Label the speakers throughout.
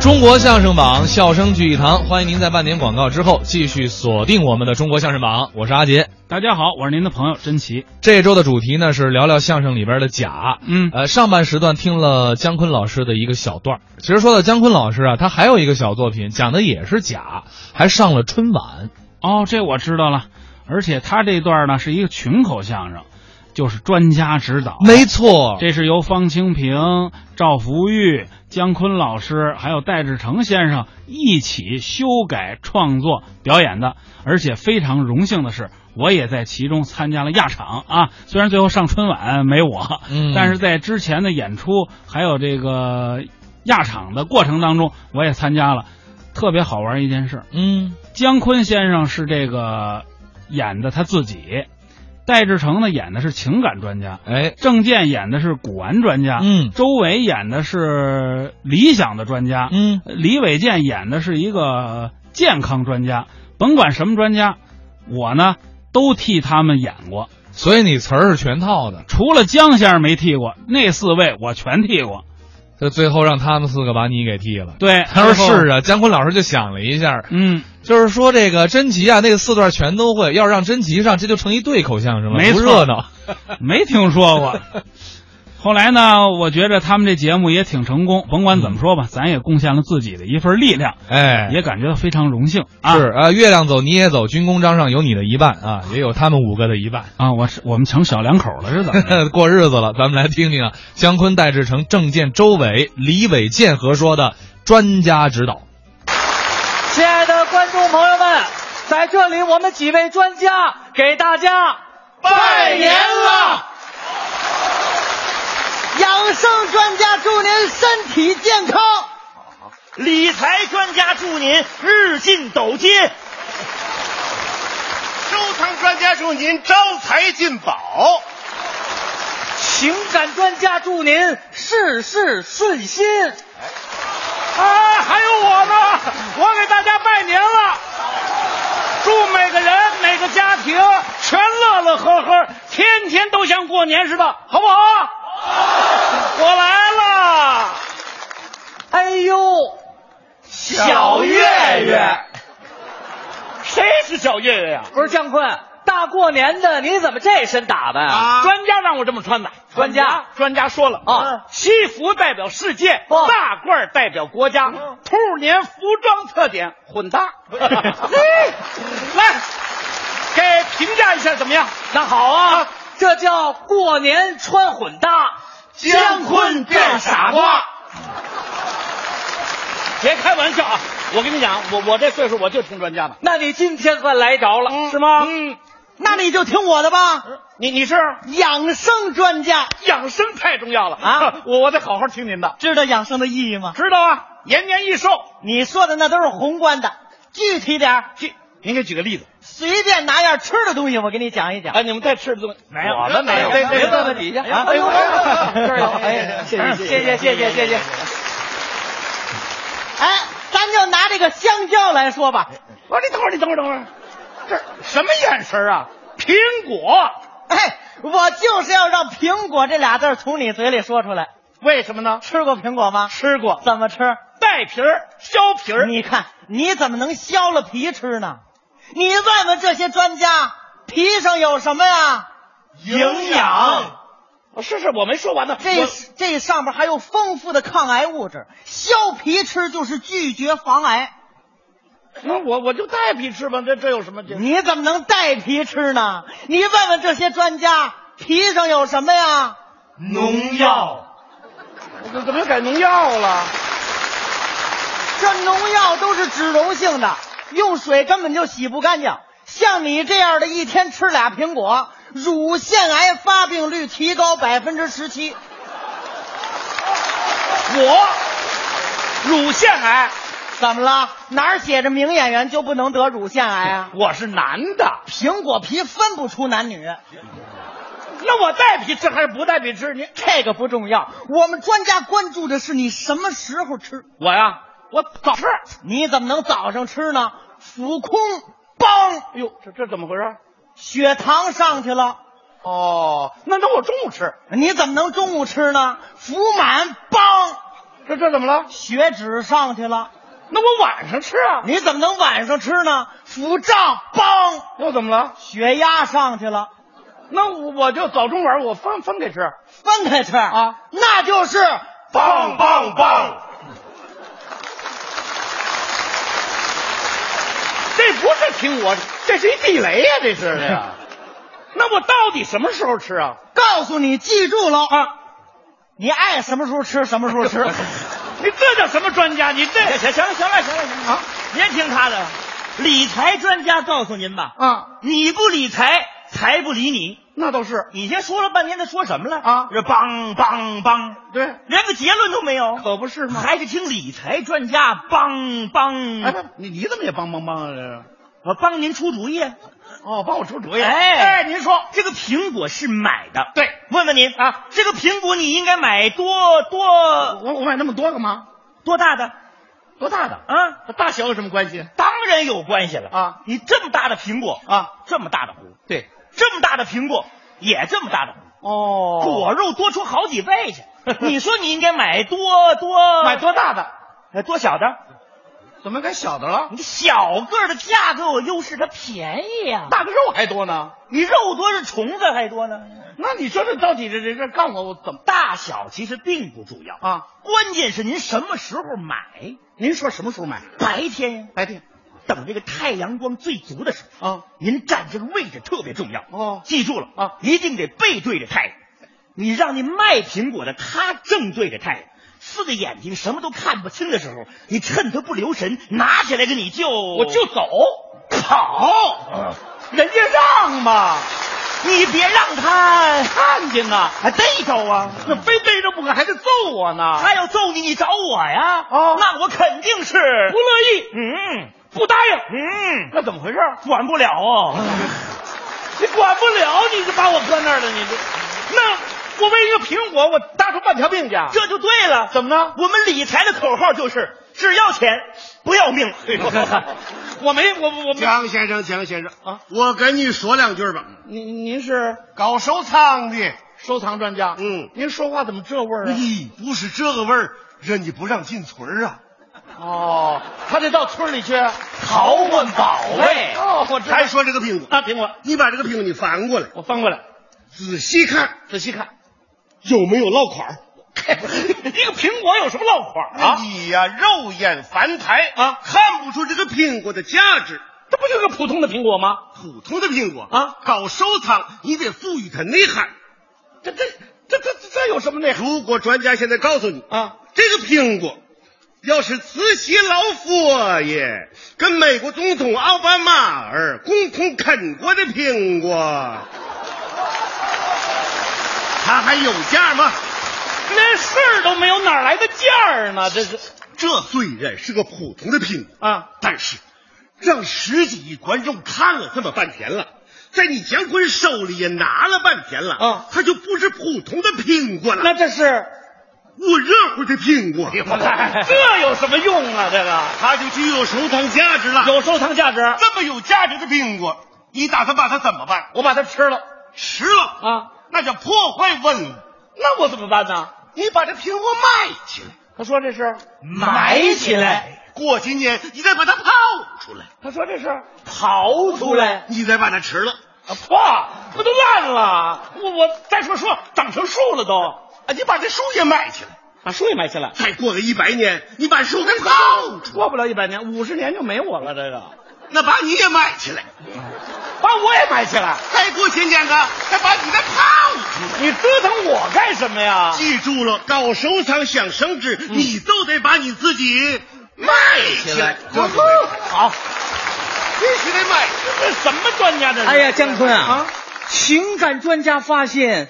Speaker 1: 中国相声榜，笑声聚一堂，欢迎您在半点广告之后继续锁定我们的中国相声榜，我是阿杰。
Speaker 2: 大家好，我是您的朋友甄奇。
Speaker 1: 这周的主题呢是聊聊相声里边的假。
Speaker 2: 嗯
Speaker 1: 呃，上半时段听了姜昆老师的一个小段儿。其实说到姜昆老师啊，他还有一个小作品，讲的也是假，还上了春晚。
Speaker 2: 哦，这我知道了。而且他这段呢是一个群口相声，就是专家指导。
Speaker 1: 没错，
Speaker 2: 这是由方清平、赵福玉、姜昆老师还有戴志诚先生一起修改创作表演的。而且非常荣幸的是，我也在其中参加了亚场啊。虽然最后上春晚没我，
Speaker 1: 嗯
Speaker 2: 但是在之前的演出还有这个亚场的过程当中，我也参加了。特别好玩一件事，
Speaker 1: 嗯
Speaker 2: 姜昆先生是这个演的他自己，戴志诚呢演的是情感专家，
Speaker 1: 哎
Speaker 2: 郑健演的是古玩专家，
Speaker 1: 嗯
Speaker 2: 周伟演的是理想的专家，呃
Speaker 1: 嗯，
Speaker 2: 李伟健演的是一个健康专家。甭管什么专家，我呢都替他们演过，
Speaker 1: 所以你词儿是全套的，
Speaker 2: 除了姜先生没替过，那四位我全替过。
Speaker 1: 这最后让他们四个把你给替了。
Speaker 2: 对，
Speaker 1: 他说
Speaker 2: 最后
Speaker 1: 是，啊，姜昆老师就想了一下，
Speaker 2: 嗯，
Speaker 1: 就是说这个甄奇啊，那个四段全都会，要是让甄奇上，这就成一对口相声了，
Speaker 2: 没
Speaker 1: 不
Speaker 2: 错
Speaker 1: 热闹。
Speaker 2: 没听说 过。后来呢，我觉着他们这节目也挺成功，甭管怎
Speaker 3: 嗯
Speaker 2: 么说吧，咱也贡献了自己的一份力量，
Speaker 1: 哎，
Speaker 2: 也感觉到非常荣幸啊。
Speaker 1: 是啊，月亮走你也走，军功章上有你的一半啊，也有他们五个的一半。
Speaker 2: 啊，我是我们成小两口了是怎么着？
Speaker 1: 过日子了，咱们来听听啊，姜昆、戴志诚、郑健、周伟、李伟健和说的专家指导。
Speaker 4: 亲爱的观众朋友们，在这里我们几位专家给大家拜年了。
Speaker 5: 养生专家祝您身体健康，
Speaker 3: 理财专家祝您日进斗金，收藏专家祝您招财进宝，
Speaker 4: 情感专家祝您事事顺心。
Speaker 2: 哎啊，还有我呢，我给大家拜年了，祝每个人每个家庭全乐乐呵呵，天天都像过年似的，好不好？我来了，
Speaker 4: 哎呦，小月月，
Speaker 3: 谁是小月月呀、
Speaker 4: 不是姜昆，大过年的你怎么这身打扮啊？
Speaker 3: 专家让我这么穿的。
Speaker 4: 专家
Speaker 3: 专家嗯说了
Speaker 5: 哦
Speaker 4: 啊，
Speaker 3: 西服代表世界，
Speaker 4: 哦
Speaker 3: 大褂代表国家，兔年服装特点混搭。来，给评价一下怎么样？那好啊，
Speaker 4: 这叫过年穿混搭，
Speaker 3: 姜昆变傻瓜。别开玩笑啊！我跟你讲，我我这岁数我就听专家的，
Speaker 4: 那你今天算来着了，是吗？
Speaker 3: 嗯，
Speaker 5: 那你就听我的吧。
Speaker 3: 你你是
Speaker 5: 养生专家
Speaker 3: 养生太重要了
Speaker 5: 啊！
Speaker 3: 我我得好好听您的，
Speaker 5: 知道养生的意义吗？
Speaker 3: 知道啊？延年益寿，
Speaker 5: 你说的那都是宏观的，具体点儿
Speaker 3: 这您给举个例子
Speaker 5: 随便拿样吃的东西，我给你讲一讲。
Speaker 3: 啊？你们在吃的东西没有？我们没有，
Speaker 5: 哎
Speaker 4: 别
Speaker 5: 哎
Speaker 4: 坐在底下
Speaker 5: 哎呀
Speaker 4: 啊！哎呦，
Speaker 5: 哎呦
Speaker 4: 这儿有，哎，
Speaker 5: 谢
Speaker 4: 谢谢谢谢谢谢。
Speaker 5: 哎，咱就拿这个香蕉来说吧，
Speaker 3: 我说你等会儿，你等会儿，等会儿，啊这什么眼神啊？苹果，
Speaker 5: 哎，我就是要让苹果这俩字儿从你嘴里说出来。
Speaker 3: 为什么呢？
Speaker 5: 吃过苹果吗？
Speaker 3: 吃过，
Speaker 5: 怎么吃？
Speaker 3: 带皮儿，削皮儿，
Speaker 5: 你看，你怎么能削了皮吃呢？你问问这些专家，皮上有什么呀？
Speaker 3: 营养。我试试，我没说完呢。
Speaker 5: 这
Speaker 3: 我
Speaker 5: 这上面还有丰富的抗癌物质，削皮吃就是拒绝防癌。
Speaker 3: 那我我就带皮吃吧，这这有什么？这
Speaker 5: 你怎么能带皮吃呢？你问问这些专家，皮上有什么呀？
Speaker 3: 农药，怎怎么又改农药了？
Speaker 5: 这农药都是脂溶性的，用水根本就洗不干净。像你这样的一天吃俩苹果，乳腺癌发病率提高百分之十七。
Speaker 3: 我乳腺癌，
Speaker 5: 怎么了？哪儿写着名演员就不能得乳腺癌啊？
Speaker 3: 我是男的，
Speaker 5: 苹果皮分不出男女，
Speaker 3: 那我带皮吃还是不带皮吃？你
Speaker 5: 这个不重要。我们专家关注的是你什么时候吃。
Speaker 3: 我呀，我早吃。
Speaker 5: 你怎么能早上吃呢？腹空，梆，
Speaker 3: 哎呦，这这怎么回事？
Speaker 5: 血糖上去了。
Speaker 3: 哦，那那我中午吃。
Speaker 5: 你怎么能中午吃呢？腹满，梆，
Speaker 6: 这这怎么了？
Speaker 7: 血脂上去了，
Speaker 6: 那我晚上吃啊。
Speaker 7: 你怎么能晚上吃呢？腹胀，梆，
Speaker 6: 又怎么了？
Speaker 7: 血压上去了，
Speaker 6: 那我我就早中晚我分分给吃。
Speaker 7: 分开吃
Speaker 6: 啊，
Speaker 7: 那就是
Speaker 6: 棒棒棒！ 这不是听我，这是一地雷呀、这是的 呀。那我到底什么时候吃啊？
Speaker 7: 告诉你，记住喽啊，你爱什么时候吃什么时候 吃。
Speaker 6: 你这叫什么专家？你这
Speaker 5: 行行行了，行了，行了啊！别听他的，理财专家告诉您吧，
Speaker 6: 啊，
Speaker 5: 你不理财，财不理你。
Speaker 6: 那倒是
Speaker 5: 你先说了半天，他说什么了
Speaker 6: 啊
Speaker 5: 这梆梆梆，
Speaker 6: 对，
Speaker 5: 连个结论都没有，
Speaker 6: 可不是吗？
Speaker 5: 还是听理财专家梆
Speaker 6: 哎，
Speaker 5: 梆，
Speaker 6: 不你你怎么也帮帮帮啊？这是
Speaker 5: 我帮您出主意。
Speaker 6: 哦，帮我出主意。
Speaker 5: 哎
Speaker 6: 您说
Speaker 5: 这个苹果是买的，
Speaker 6: 对
Speaker 5: 问问您啊，这个苹果你应该买多多
Speaker 6: 我我买那么多干嘛？
Speaker 5: 多大的
Speaker 6: 多大的？
Speaker 5: 啊？
Speaker 6: 大小有什么关系？
Speaker 5: 当然有关系了
Speaker 6: 啊！
Speaker 5: 你这么大的苹果
Speaker 6: 啊，
Speaker 5: 这么大的核，
Speaker 6: 对，
Speaker 5: 这么大的苹果也这么大的核，
Speaker 6: 哦，
Speaker 5: 果肉多出好几 倍去。你说你应该买多多
Speaker 6: 买多大的？
Speaker 5: 呃多小的？
Speaker 6: 怎么改小的了？
Speaker 5: 你小个儿的价格有优势，它便宜呀、
Speaker 6: 大的肉还多呢？
Speaker 5: 你肉多是虫子还多呢。
Speaker 6: 那你说这到底这这这告诉我我怎么
Speaker 5: 大小其实并不重要
Speaker 6: 啊，
Speaker 5: 关键是您什么时候买。
Speaker 6: 您说什么时候买？
Speaker 5: 白天呀、
Speaker 6: 白天
Speaker 5: 等这个太阳光最足的时候，
Speaker 6: 啊，
Speaker 5: 您站这个位置特别重要
Speaker 6: 哦
Speaker 5: 记住了
Speaker 6: 啊
Speaker 5: 一定得背对着太阳。你让你卖苹果的他正对着太阳，四个眼睛什么都看不清的时候，你趁他不留神拿起来给你就
Speaker 6: 我就走，嗯
Speaker 5: 跑，
Speaker 6: 人家让嘛，
Speaker 5: 你别让他
Speaker 6: 看见啊，
Speaker 5: 还逮着啊！
Speaker 6: 那非逮着不可，还得揍我呢。
Speaker 5: 他要揍你，你找我呀！
Speaker 6: 哦
Speaker 5: 那我肯定是
Speaker 6: 不乐意，
Speaker 5: 嗯
Speaker 6: 不答应，
Speaker 5: 嗯，
Speaker 6: 那怎么回事？
Speaker 5: 管不了哦。
Speaker 6: 你管不了，你就把我搁那儿了，你这，那我为一个苹果，我搭出半条命去啊，
Speaker 5: 这就对了。
Speaker 6: 怎么呢？
Speaker 5: 我们理财的口号就是只要钱不要命。
Speaker 6: 我没，我我没，
Speaker 3: 江先生，江先生
Speaker 6: 啊，
Speaker 3: 我跟你说两句吧。
Speaker 6: 您您是
Speaker 3: 搞收藏的，
Speaker 6: 收藏专家，
Speaker 3: 嗯
Speaker 6: 您说话怎么这味儿啊？
Speaker 5: 嗯
Speaker 3: 咦，不是这个味儿，人家不让进村儿啊。
Speaker 6: 哦，他得到村里去
Speaker 5: 淘换宝贝
Speaker 6: 哦，我知道
Speaker 3: 还说这个苹果，
Speaker 6: 啊，苹果，
Speaker 3: 你把这个苹果你翻过来，
Speaker 6: 我翻过 来
Speaker 3: 仔细看
Speaker 6: 仔细看，
Speaker 3: 有没有落款儿。
Speaker 6: 一个苹果有什么落款啊？
Speaker 3: 你呀、肉眼凡胎
Speaker 6: 啊
Speaker 3: 看不出这个苹果的价值。
Speaker 6: 这不就是个普通的苹果吗？
Speaker 3: 普通的苹果
Speaker 6: 啊，
Speaker 3: 搞收藏你得赋予它内涵。
Speaker 6: 这这这这这这有什么内涵
Speaker 3: 如果专家现在告诉你
Speaker 6: 啊？
Speaker 3: 这个苹果要是慈禧老佛爷跟美国总统奥巴马尔共同啃过的苹果，它还有价吗？
Speaker 6: 连事儿都没有，哪来的价儿呢？这是
Speaker 3: 这虽然是个普通的苹果
Speaker 6: 啊，
Speaker 3: 但是让十几亿观众看了这么半天了。在你姜昆手里也拿了半天了，
Speaker 6: 啊
Speaker 3: 它就不是普通的苹果
Speaker 6: 那
Speaker 3: 了，
Speaker 6: 这 是
Speaker 3: 我热乎的苹果，
Speaker 6: 这有什么用啊？这个
Speaker 3: 它就具有收藏价值了。
Speaker 6: 有收藏价值，
Speaker 3: 这么有价值的苹果，你打算把它怎么办？
Speaker 6: 我把它吃了
Speaker 3: 吃了啊，
Speaker 6: 啊，
Speaker 3: 那叫破坏文物。
Speaker 6: 那我怎么办呢？
Speaker 3: 你把这苹果卖起来，
Speaker 6: 他说这是，
Speaker 5: 埋起来，
Speaker 3: 过些年你再把它泡出来，
Speaker 6: 他说这是，
Speaker 5: 刨出来，
Speaker 3: 你再把它吃了。
Speaker 6: 啊，哇，不都烂了？我我再说说，长成树了都，
Speaker 3: 啊，你把这树也买起来，
Speaker 6: 把树也埋起来。
Speaker 3: 再过个一百年，你把树给泡出来，
Speaker 6: 过不了一百年，五十年就没我了。这个，
Speaker 3: 那把你也买起来，
Speaker 6: 把我也埋起来。
Speaker 3: 再过些年啊，再把你的泡出来。
Speaker 6: 你折腾我干什么呀？
Speaker 3: 记住了，搞收藏想升值，你就得把你自己嗯卖起来。
Speaker 6: 呵
Speaker 3: 嗯
Speaker 6: 呵好，必须得买。这什么专家这是？
Speaker 5: 哎呀姜昆啊
Speaker 6: 啊，
Speaker 5: 情感专家发现，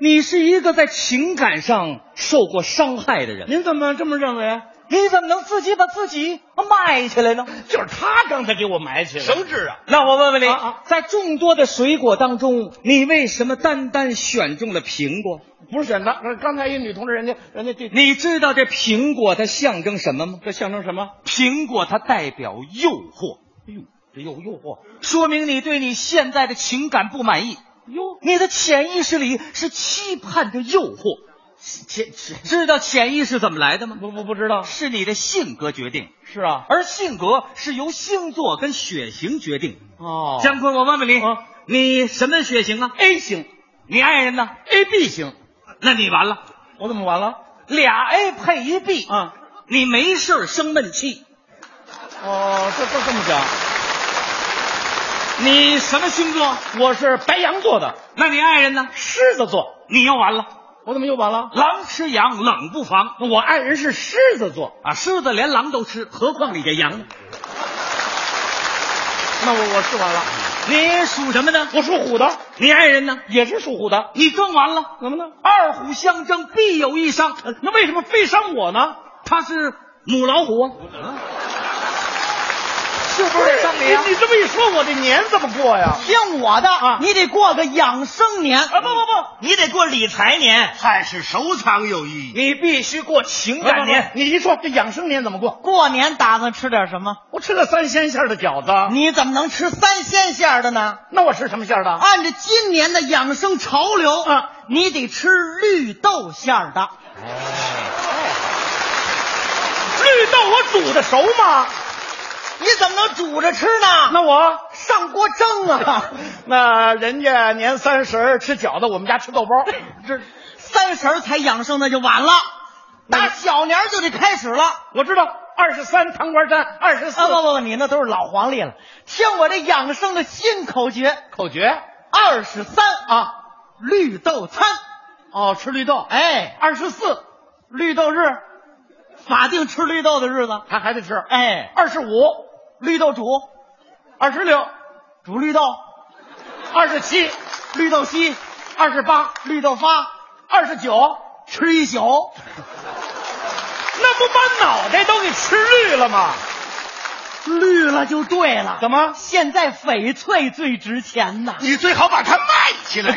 Speaker 5: 你是一个在情感上受过伤害的人。
Speaker 6: 您怎么这么认为？啊
Speaker 5: 你怎么能自己把自己卖起来呢？
Speaker 6: 就是他刚才给我埋起来。
Speaker 3: 升值啊，
Speaker 5: 那我问问你，
Speaker 6: 啊啊
Speaker 5: 在众多的水果当中，你为什么单单选中了苹果？
Speaker 6: 不是选择，刚才哎一女同志，人家人家这
Speaker 5: 你知道这苹果它象征什么吗？
Speaker 6: 这象征什么？
Speaker 5: 苹果它代表诱惑，
Speaker 6: 哎呦，这诱诱惑。
Speaker 5: 说明你对你现在的情感不满意，
Speaker 6: 哟，
Speaker 5: 你的潜意识里是期盼着诱惑。
Speaker 8: 潜潜
Speaker 5: 知道潜意识怎么来的吗？
Speaker 3: 不不不知道，
Speaker 5: 啊是你的性格决定，
Speaker 3: 是啊，
Speaker 5: 而性格是由星座跟血型决定。
Speaker 3: 哦
Speaker 5: 姜昆，我问问你
Speaker 3: 啊，
Speaker 5: 你什么血型啊？
Speaker 3: A 型
Speaker 5: 你爱人呢？
Speaker 3: ，A B 型，
Speaker 5: 那你完了，
Speaker 3: 我怎么完了？
Speaker 5: 俩 A 配一 B
Speaker 3: 啊，
Speaker 5: 你没事儿生闷气。
Speaker 3: 哦，这这这么讲，
Speaker 5: 你什么星座？
Speaker 3: 我是白羊座的，
Speaker 5: 那你爱人呢？
Speaker 3: 狮子座，
Speaker 5: 你又完了，
Speaker 3: 我怎么又完了？
Speaker 5: 狼吃羊，冷不防
Speaker 3: 我爱人是狮子座，
Speaker 5: 啊！狮子连狼都吃，何况你这羊呢？
Speaker 3: 那我我是完了。
Speaker 5: 你属什么呢？
Speaker 3: 我属虎的，
Speaker 5: 你爱人呢？
Speaker 3: 也是属虎的，
Speaker 5: 你更完了，
Speaker 3: 怎么呢？呃
Speaker 5: 二虎相争，必有一伤。
Speaker 3: 那为什么非伤我呢？
Speaker 5: 他是母老虎啊，是不
Speaker 3: 不
Speaker 5: 是得伤你啊？
Speaker 3: 哎你这么一说，我这年怎么 过呀？
Speaker 5: 听我的，啊、你得过个养生年啊！不不不，
Speaker 8: 你得过理财年，
Speaker 9: 还是收藏有意义。
Speaker 3: 你必须过情
Speaker 8: 感年
Speaker 3: 你一说这养生年怎么过？
Speaker 5: 过年打算吃点什么？
Speaker 3: 我吃了三鲜馅儿的饺子，
Speaker 5: 你怎么能吃三鲜馅儿的呢？
Speaker 3: 那我吃什么馅儿的？
Speaker 5: 按照今年的养生潮流，
Speaker 3: 啊
Speaker 5: 你得吃绿豆馅儿的。
Speaker 3: 哎绿豆我煮的熟吗？
Speaker 5: 你怎么能煮着吃呢？
Speaker 3: 那我
Speaker 5: 上锅蒸啊！
Speaker 3: 那人家年三十儿吃饺子，我们家吃豆包。这
Speaker 5: 三十儿才养生那就晚了，打小年儿就得开始了。
Speaker 3: 我知道，二十三糖瓜粘，二十四
Speaker 5: 啊不不不，你那都是老黄历了。听我这养生的新口诀，
Speaker 3: 口诀。
Speaker 5: 二十三啊，绿豆餐。
Speaker 3: 哦，吃绿豆。
Speaker 5: 哎，
Speaker 3: 二十四，
Speaker 5: 绿豆日，法定吃绿豆的日子。
Speaker 3: 还还得吃。
Speaker 5: 哎，
Speaker 3: 二十五，
Speaker 5: 绿豆煮，
Speaker 3: 二十六，
Speaker 5: 煮绿豆，
Speaker 3: 二十七，
Speaker 5: 绿豆稀，
Speaker 3: 二十八，
Speaker 5: 绿豆发，
Speaker 3: 二十九，
Speaker 5: 吃一宿。
Speaker 3: 那不把脑袋都给吃绿了吗？
Speaker 5: 绿了就对了。
Speaker 3: 怎么
Speaker 5: 现在翡翠最值钱呐！
Speaker 9: 你最好把它卖起 来。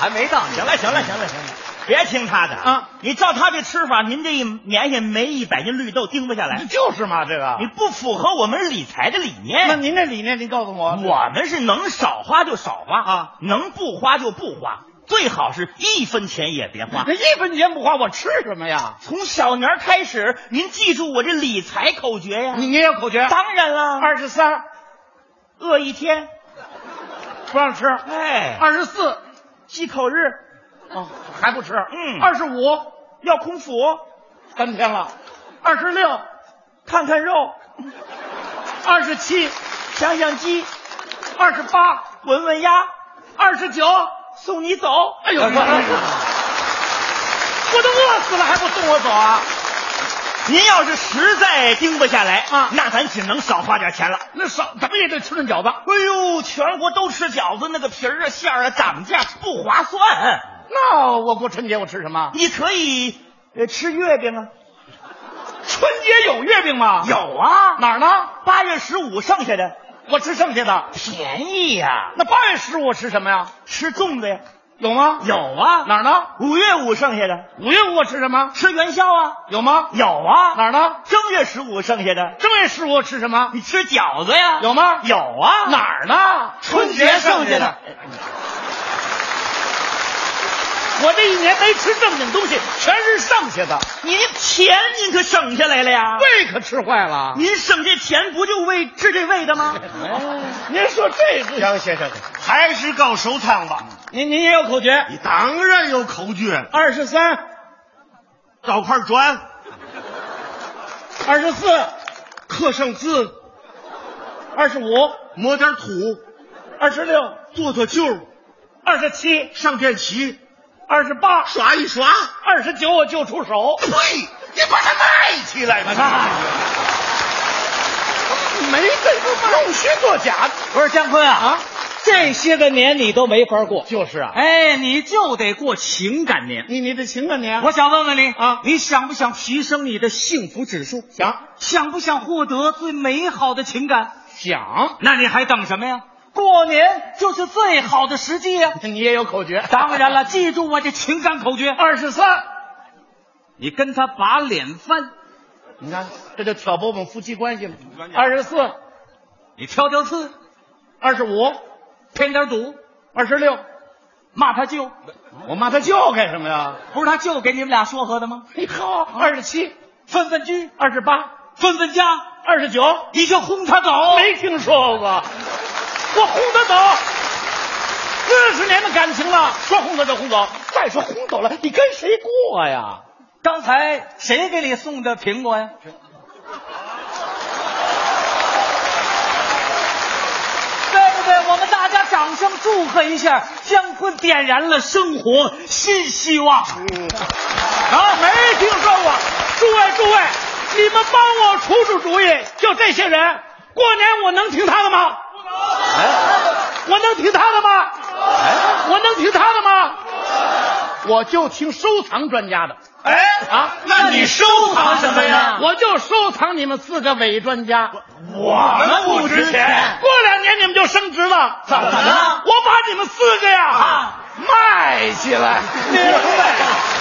Speaker 8: 还没到。行了，行了，行了，行了，别听他的
Speaker 3: 啊！
Speaker 8: 你照他这吃法，您这一年也没一百斤绿豆盯不下来，
Speaker 3: 就是嘛，这个
Speaker 8: 你不符合我们理财的理念。
Speaker 3: 哎那您这理念，您告诉我，
Speaker 8: 我们是能少花就少花
Speaker 3: 啊，
Speaker 8: 能不花就不花，最好是一分钱也别花
Speaker 3: 那。一分钱不花，我吃什么呀？
Speaker 8: 从小年儿开始，您记住我这理财口诀呀。
Speaker 3: 你你也有口诀？
Speaker 8: 当然啦，
Speaker 3: 二十三
Speaker 8: 饿一天，
Speaker 3: 不让吃，
Speaker 8: 哎，
Speaker 3: 二十四
Speaker 8: 忌口日
Speaker 3: 哦还不吃，
Speaker 8: 嗯
Speaker 3: 二十五
Speaker 8: 要空腹，
Speaker 3: 三天了，二十六
Speaker 8: 看看肉，
Speaker 3: 二十七
Speaker 8: 想想鸡，
Speaker 3: 二十八
Speaker 8: 闻闻鸭，
Speaker 3: 二十九，
Speaker 8: 送你走。
Speaker 3: 哎呦，我我都饿死了还不送我走啊？
Speaker 8: 您要是实在盯不下来
Speaker 3: 啊
Speaker 8: 那咱只能少花点钱了。
Speaker 3: 那少怎么也得吃顿饺子，
Speaker 8: 哎呦，全国都吃饺子，那个皮儿啊、馅儿啊涨价不划算。啊
Speaker 3: 哎那我过春节我吃什么？
Speaker 8: 你可以呃吃月饼啊，
Speaker 3: 春节有月饼吗？
Speaker 8: 有啊，
Speaker 3: 哪儿呢？
Speaker 8: 八月十五剩下的
Speaker 3: 我吃剩下的。
Speaker 5: 哎
Speaker 8: 便宜啊呀、
Speaker 3: 那八月十五我吃什么呀？
Speaker 8: 吃粽子呀，
Speaker 3: 有吗？
Speaker 8: 有啊。
Speaker 3: 哪儿呢？
Speaker 8: 五月五剩下的
Speaker 3: 五月五我吃什么？
Speaker 8: 吃元宵啊，
Speaker 3: 有吗？
Speaker 8: 有啊。
Speaker 3: 哪儿呢？
Speaker 8: 正月十五剩下的
Speaker 3: 正月十五我吃什么？
Speaker 8: 你吃饺子呀，
Speaker 3: 有吗？
Speaker 8: 有啊。
Speaker 3: 哪儿呢？
Speaker 8: 春节剩下的。
Speaker 3: 我这一年没吃正经东西，全是剩下的，
Speaker 8: 您钱您可省下来了呀。
Speaker 3: 胃可吃坏了。
Speaker 8: 您省这钱不就为治这胃的吗？
Speaker 5: 哎
Speaker 3: 您说这个，
Speaker 9: 杨先生还是搞收藏吧。
Speaker 3: 您您也有口诀？
Speaker 9: 你当然有口诀了，
Speaker 3: 二十三、
Speaker 9: 找块砖，
Speaker 3: 二十四、
Speaker 9: 刻上字，
Speaker 3: 二十五、
Speaker 9: 抹点土，
Speaker 3: 二十六、
Speaker 9: 做做旧，
Speaker 3: 二十七、
Speaker 9: 上点漆，
Speaker 3: 二十八、
Speaker 9: 刷一刷。
Speaker 3: 二十九，我就出手。哎
Speaker 9: 呸！你把它卖起来吧。
Speaker 3: 没这个弄虚作假，
Speaker 5: 不是姜昆啊，
Speaker 3: 啊
Speaker 5: 这些个年你都没法过，
Speaker 3: 就是啊。
Speaker 5: 哎，你就得过情感年。
Speaker 3: 你你得行啊你，
Speaker 5: 我想问问你
Speaker 3: 啊
Speaker 5: 你想不想提升你的幸福指数？
Speaker 3: 想
Speaker 5: 想不想获得最美好的情感？
Speaker 3: 想，
Speaker 5: 那你还等什么呀？过年就是最好的时机呀、
Speaker 3: 你也有口诀？
Speaker 5: 当然了，记住我这情感口诀：
Speaker 3: 二十三，
Speaker 5: 你跟他把脸翻，
Speaker 3: 你看这就挑拨我们夫妻关系了。二十四，
Speaker 5: 你挑挑刺，
Speaker 3: 二十五，
Speaker 5: 添点堵，
Speaker 3: 二十六，
Speaker 5: 骂他舅，
Speaker 10: 我骂他舅干什么呀？
Speaker 5: 不是他舅给你们俩说和的吗？
Speaker 3: 哎
Speaker 10: 你好，二十七，
Speaker 5: 分分居二十八，分分家二十九，你就轰他走。
Speaker 3: 没听说过，我轰他走，四十年的感情了，说轰走就轰走，
Speaker 11: 再说轰走了，你跟谁过呀？
Speaker 5: 刚才谁给你送的苹果呀？对不对？我们大家掌声祝贺一下，姜昆点燃了生活新希望。
Speaker 3: 啊，没听说过。诸位诸位，你们帮我出出主意，就这些人，过年我能听他的吗？
Speaker 10: 哎
Speaker 3: 我能听他的吗？我能听他的吗？
Speaker 10: 我就听收藏专家的。
Speaker 3: 哎
Speaker 10: 啊，
Speaker 5: 那你收藏什么呀
Speaker 10: 我就收藏你们四个伪专家。
Speaker 3: 我们不值钱，过两年你们就升值了。怎么了？我把你们四个呀、卖起来，明白？